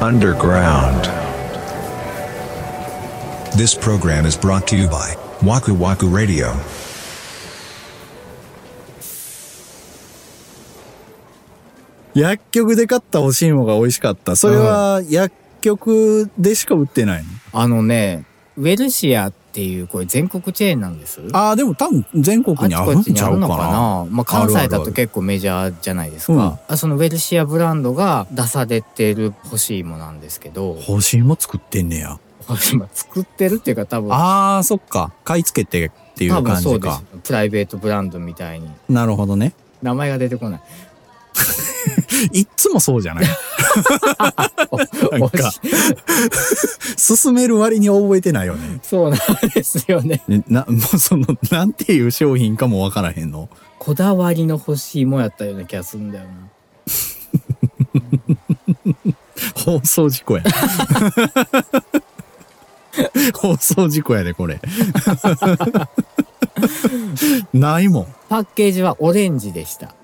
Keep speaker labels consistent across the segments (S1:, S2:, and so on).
S1: underground.
S2: This program is brought to you by Waku Waku Radio.
S3: 薬局で買った干し芋が美味しかった。それは薬局でしか売ってないの、
S4: あのね、ウェルシアっていう、これ全国チェーンなんです。
S3: ああ、でも多分全国にあ
S4: あち
S3: る
S4: こ
S3: ん
S4: ちに
S3: ち
S4: あ
S3: ゃ
S4: る
S3: う
S4: の
S3: か
S4: かな
S3: な。
S4: まあ、関
S3: あ
S4: 西
S3: るあ
S4: だ
S3: るあ
S4: と
S3: る
S4: 結構メジャーじゃないですか。
S3: うん
S4: あそのウェルシアブランドが出されてる干し芋なんですけど、
S3: 干し芋作ってんねや。
S4: 干し芋作ってるっていうか多分、
S3: ああ、そっか。買い付けてっていう
S4: 多分
S3: 感
S4: そう
S3: じ
S4: で
S3: か
S4: す。。プライベートブランドみたいに。
S3: なるほどね。
S4: 名前が出てこない。
S3: いっつもそうじゃない
S4: お
S3: なん
S4: お
S3: か
S4: し
S3: 進める割に覚えてないよね。
S4: そうなんですよね。
S3: えな、 もうその、なんていう商品かもわからへんの。
S4: こだわりの干し芋やったような気がするんだよな。
S3: 放送事 故や。放送事故やで、これ。ないもん。
S4: パッケージはオレンジでした。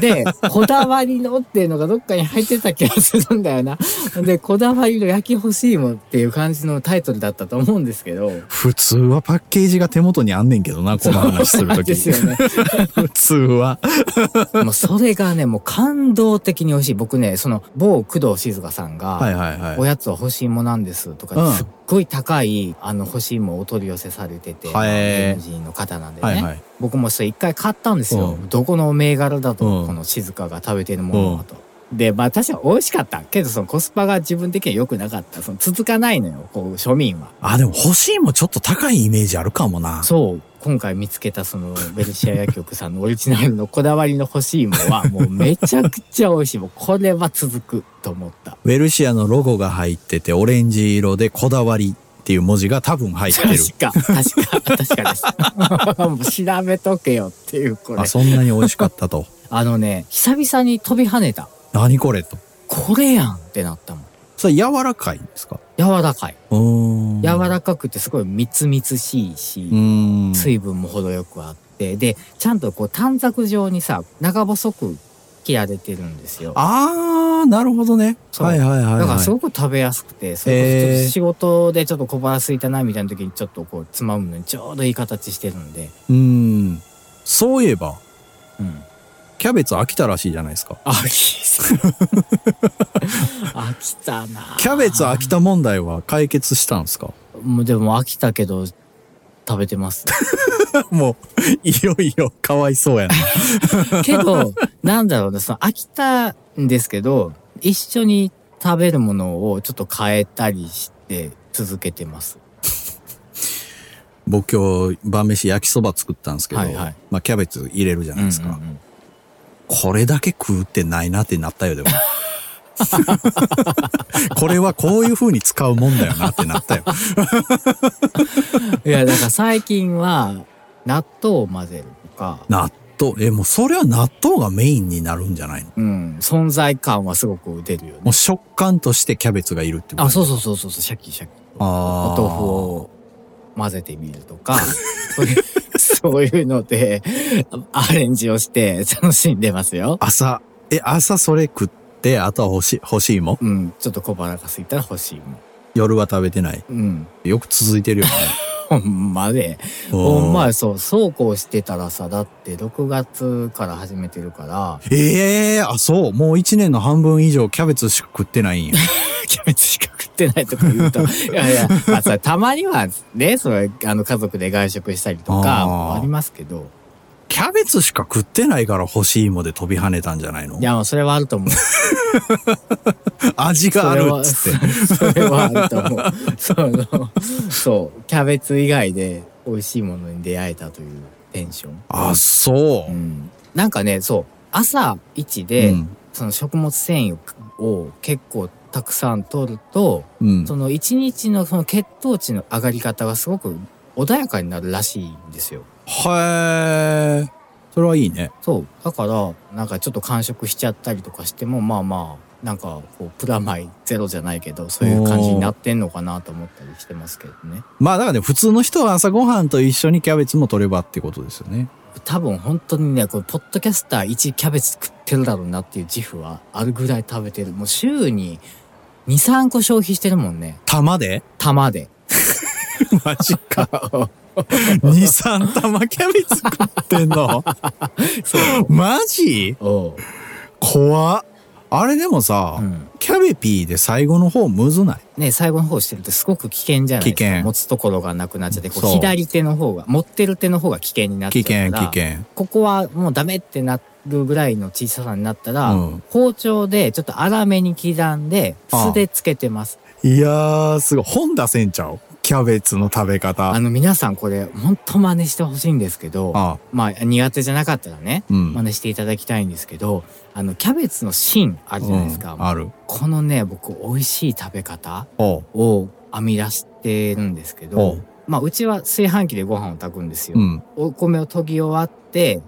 S4: で、こだわりのっていうのがどっかに入ってた気がするんだよな。で、こだわりの焼き干し芋っていう感じのタイトルだったと思うんですけど。
S3: 普通はパッケージが手元にあんねんけどな、この話する とき。
S4: ですよね。
S3: 普通は。
S4: もうそれがね、もう感動的に美味しい。僕ね、その某工藤静香さん
S3: はい
S4: が、
S3: はいはい。
S4: おやつは干し芋なんですとか、
S3: うん
S4: すっごい高いあの干し芋をお取り寄せされてて、
S3: へー
S4: 芸能人の方なんでね。
S3: はいはい。
S4: 僕もそれ一回買ったんですよ、
S3: うん
S4: どこの銘柄だと、
S3: うん
S4: この静香が食べてるものだと、でまあ確かに美味しかったけどそのコスパが自分的には良くなかったその続かないのよこう庶民は
S3: あ、でも欲しいもちょっと高いイメージあるかもな。
S4: そう今回見つけたそのベルシア薬局さんのオリジナルのこだわりの欲しいものはもうめちゃくちゃ美味しいもうこれは続くと思った
S3: ウェルシアのロゴが入ってて、オレンジ色でこだわりっていう文字が多分入ってる。
S4: 確か確か確かです もう調べとけよっていうこれ
S3: あ、そんなに美味しかったと。
S4: あのね久々に飛び跳ねた
S3: 何これと。
S4: これやんってなったもん
S3: それ柔らかいんですか
S4: 柔らかいう
S3: ーん。
S4: 柔らかくてすごいみつみつしいし、
S3: うーん。
S4: 水分も程よくあってでちゃんとこう短冊状にさ長細く切られてるんですよ。
S3: あー、なるほどね。
S4: そう
S3: はいはいはい、はい。
S4: だからすごく食べやすくて、それこそちょっと仕事でちょっと小腹空いたなみたいな時にちょっとこうつまむのにちょうどいい形してるんで、
S3: うーん。そういえば、
S4: うん。
S3: キャベツ飽きたらしいじゃないです か。
S4: 飽き飽きたなぁ
S3: キャベツ飽きた問題は解決したんですか
S4: もうでも飽きたけど食べて ます。
S3: もう、いよいよ、かわいそうやな。
S4: けど、なんだろうね、その飽きたんですけど、一緒に食べるものをちょっと変えたりして続けてます。
S3: 僕今日、晩飯焼きそば作ったんですけど、
S4: はいはい
S3: まあキャベツ入れるじゃないですか。
S4: うんうんうん
S3: これだけ食うってないなってなった よ、でも。これはこういう風に使うもんだよなってなったよ。
S4: いや、だから最近は、納豆を混ぜるとか、
S3: 納豆、え、もうそれは納豆がメインになるんじゃないの
S4: うん、存在感はすごく出るよ
S3: も
S4: ね。
S3: う食感としてキャベツがいるってこと
S4: あ、そうそうそうそうそう、シャキシャキ。お
S3: あー
S4: 豆腐を混ぜてみるとか、 そういうそういうので、アレンジをして楽しんでますよ。
S3: 朝、え、朝それ食って、あとは欲しい、欲しいもん
S4: うん、ちょっと小腹が空いたら欲しいもん。
S3: 夜は食べてない。
S4: うん、
S3: よく続いて るよね。
S4: ほんまで。ほんまやそう、そうこうしてたらさ、だって6月から始めてる から、
S3: ええあ、そう。もう一年の半分以上キャベツしか食ってないんや。
S4: キャベツしか食ってないとか言うと、 いやいや、まあさ、たまにはね、それ、あの、家族で外食したりとか、
S3: あー
S4: ありますけど、
S3: キャベツしか食ってないから欲しいもで飛び跳ねたんじゃないの
S4: いや、もうそれはあると思う。
S3: 味があ
S4: それ
S3: る
S4: は
S3: っつって。
S4: それはあると 思う。その、そう、キャベツ以外で美味しいものに出会えたというテンション。
S3: あ、そうう。
S4: ん。なんかね、そう、朝一で、
S3: うん
S4: その食物繊維を結構たくさん取ると、
S3: うん。
S4: その一日のその血糖値の上がり方がすごく穏やかになるらしいんですよ。
S3: へえ。それはいいね。
S4: そう。だから、なんかちょっと完食しちゃったりとかしても、まあまあ、なんかこう、プラマイゼロじゃないけど、そういう感じになってんのかなと思ったりしてますけどね。
S3: まあだからね、普通の人は朝ごはんと一緒にキャベツも取ればってことですよね。
S4: 多分本当にね、これ、ポッドキャスター1キャベツ食ってるだろうなっていう自負はあるぐらい食べてる。もう週に2、3個消費してるもんね。
S3: 玉 で
S4: 玉で。
S3: マジか。2、3玉キャベツ食ってんのマジ
S4: おう。
S3: 怖っあれでもさ、
S4: うん
S3: キャベピーで最後の方むずない
S4: ね、最後の方してるとすごく危険じゃないですか
S3: 危険
S4: 持つところがなくなっちゃって、こう
S3: そう
S4: 左手の方が、持ってる手の方が危険になっちゃ
S3: 危
S4: うか
S3: 険、危
S4: ら、
S3: 険。
S4: ここはもうダメってなるぐらいの小ささになったら、
S3: うん
S4: 包丁でちょっと粗めに刻んで、
S3: ああ
S4: 素でつけてます。
S3: いやー、すごい。本出せんちゃうキャベツの食
S4: あ
S3: べ方。
S4: の皆さんこれ、ほんと真似してほしいんですけど、
S3: あ
S4: まあ苦手じゃなかったらね、
S3: うん
S4: 真似していただきたいんですけど、あの、キャベツの芯あるじゃないですか。
S3: うんある。
S4: このね、僕、美味しい食べ方
S3: おう。
S4: を編み出してるんですけ
S3: お
S4: ど
S3: う、。
S4: まあ、うちは炊飯器でご飯を炊くんですよ。
S3: うん。
S4: お米を研ぎ終わって、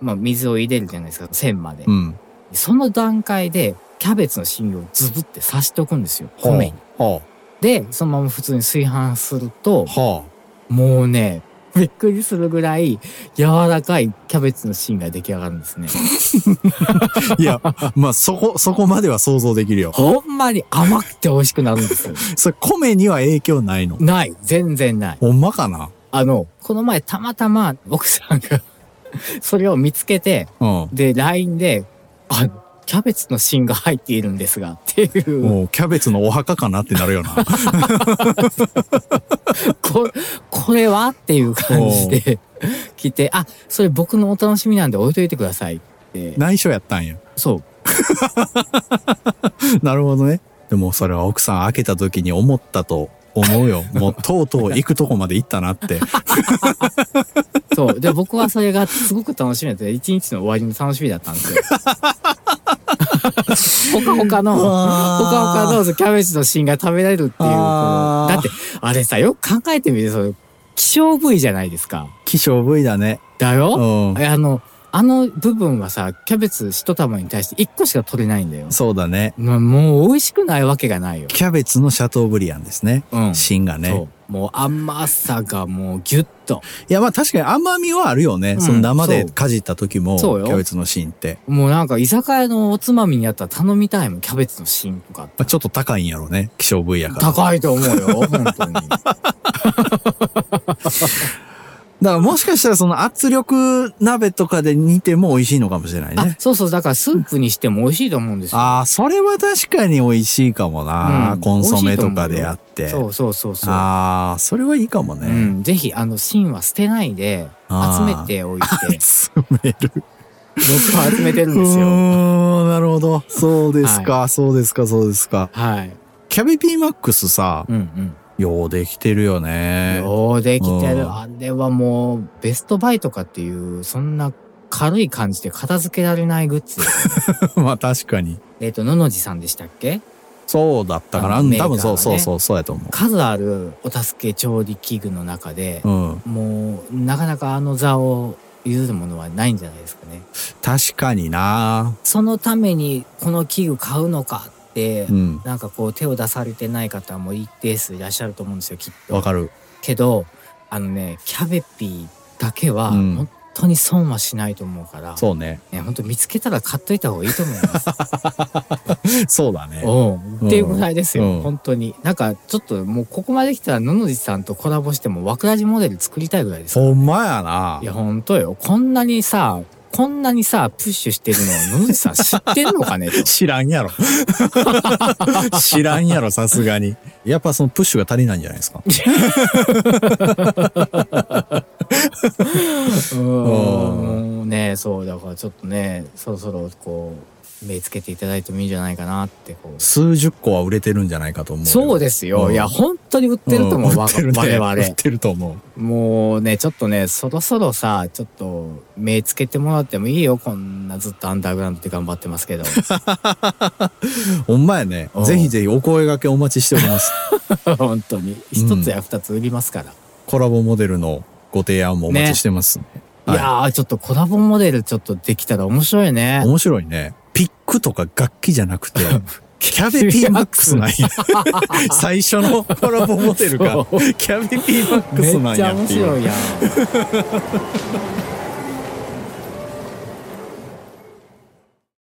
S4: まあ、水を入れるじゃないですか、線まで。
S3: うん。
S4: その段階で、キャベツの芯をズブって刺しておくんですよ、米に。
S3: ほ
S4: で、そのまま普通に炊飯すると
S3: う。、ほ
S4: もうね、びっくりするぐらい柔らかいキャベツの芯が出来上がるんですね。
S3: う。いや、 まあ、そこ、そこまでは想像できるよ。
S4: ほんまに甘くて美味しくなるんですよ。
S3: それ、米には影響ないの。
S4: ない。全然ない。
S3: ほんまかな
S4: あの、この前たまたま奥さんが、それを見つけて、
S3: うん。
S4: で、LINE で、あ、キャベツの芯が入っているんですが、っていう、
S3: もう、キャベツのお墓かなってなるよ な。
S4: ここれはっていう感じで来て、あ、それ僕のお楽しみなんで置いといてくださいって。
S3: 内緒やったんや。
S4: そう。
S3: なるほどね。でも、それは奥さん開けた時に思ったと思うよ。もう、とうとう行くとこまで行ったなって。
S4: そう。で、僕はそれがすごく楽しみだった。一日の終わりの楽しみだったん ですよ。ほかほかの、ほ
S3: あー
S4: かほかのキャベツの芯が食べられるっていう。こう
S3: あー
S4: だって、あれさ、よく考えてみて、その、希少部位じゃないですか。
S3: 希少部位だね。
S4: だ
S3: う
S4: よ、
S3: ん。
S4: えあの、あの部分はさ、キャベツ一玉に対して一個しか取れないんだよ。
S3: そうだね。
S4: まもう美味しくないわけがないよ。
S3: キャベツのシャトーブリアンですね。
S4: うん
S3: 芯がね
S4: そ。う。もう甘さがもうギュッと。
S3: いや、まあ確かに甘みはあるよね。
S4: ん
S3: その生で
S4: そう
S3: かじった時も、キ
S4: そうよ
S3: ャベツの芯って。
S4: もうなんか居酒屋のおつまみにあったら頼みたいもん、キャベツの芯とかって
S3: まあ、ちょっと高いんやろうね。希少部位やから。だか
S4: 高いと思 うよ、本当に。
S3: らもしかしたらその圧力鍋とかで煮ても美味しいのかもしれない
S4: あ
S3: ね、。
S4: そうそう、だからスープにしても美味しいと思うんですよ。
S3: ああ、それは確かに美味しいかもな。
S4: うん
S3: コンソメとかでやって。
S4: そうそうそうそう。
S3: ああ、それはいいかも
S4: う
S3: ね。
S4: ん、ぜひ、あの、芯は捨てないで、
S3: あ
S4: 集
S3: ー
S4: めておいて、
S3: 集める。
S4: 僕は集めてるん
S3: う
S4: ですよ。
S3: ーん、なるほど。そうですか、そうですか、そうですか。
S4: はい。
S3: キャベピーマックスさ、
S4: うん
S3: ようできてるよ
S4: うん。
S3: ね。
S4: ようできて
S3: う
S4: る。
S3: ん
S4: あれはもう、ベストバイとかっていう、そんな軽い感じで片付けられないグッズ。
S3: まあ確かに。
S4: えっと、ののじさんでしたっけ
S3: そうだったかな。
S4: あ
S3: う
S4: の
S3: ん
S4: メーカ
S3: 多
S4: ーが
S3: 分
S4: ね
S3: そうそうそう、そうやと思
S4: 数あるお助け調理器具の中で、
S3: う。うん。
S4: もう、なかなかあの座を譲るものはないんじゃないですかね。
S3: 確かにな。
S4: そのためにこの器具買うのかって、
S3: うん。
S4: なんかこう手を出されてない方も一定数いらっしゃると思うんですよ、きっ
S3: わ
S4: と。
S3: かる。
S4: けど、あのね、キャベピーだけは
S3: うん
S4: 本当に損はしないと思うから、
S3: そうね。
S4: ね、本当見つけたら買っといた方がいいと思います。
S3: そうだね。
S4: おうっていうぐらいですよ、
S3: うん
S4: 本当に。なんかちょっともうここまで来たら野々地さんとコラボしても枠ラジモデル作りたいぐらいです。。
S3: ほんまやない
S4: や、本当よ。こんなにさ、こんなにさ、プッシュしてるのを野々地さん知ってんのかねと
S3: 知らんやろ。 知らんやろ、さすがに。やっぱそのプッシュが足りないんじゃないですか。
S4: うーんもうねそうだからちょっとねそろそろこう目つけていただいてもいいんじゃないかなってこう
S3: 数十個は売れてるんじゃないかと思う。
S4: そう
S3: で
S4: ですよ、
S3: うん
S4: いや本当に売ってると思う、わ我
S3: 売っ
S4: 々
S3: てると思う。
S4: もうねちょっとねそろそろさちょっと目つけてもらってもいいよこんなずっとアンダーグラウンドで頑張ってます けど
S3: ほんまやね
S4: う。ん
S3: ぜひぜひお声掛けお待ちしております。
S4: 本当に一つや二つ売りますから、
S3: コラボモデルのご提案もお待ちしてますんで。はい
S4: いやーちょっとコラボモデルちょっとできたら面白いね
S3: 面白いね。ピックとか楽器じゃなくて、キャベピーマックスなんや。 最初のコラボモデルが、キャベピーマック
S4: め
S3: ス
S4: っ
S3: なん
S4: ちゃ
S3: や
S4: 面
S3: っていう。
S4: 白いやん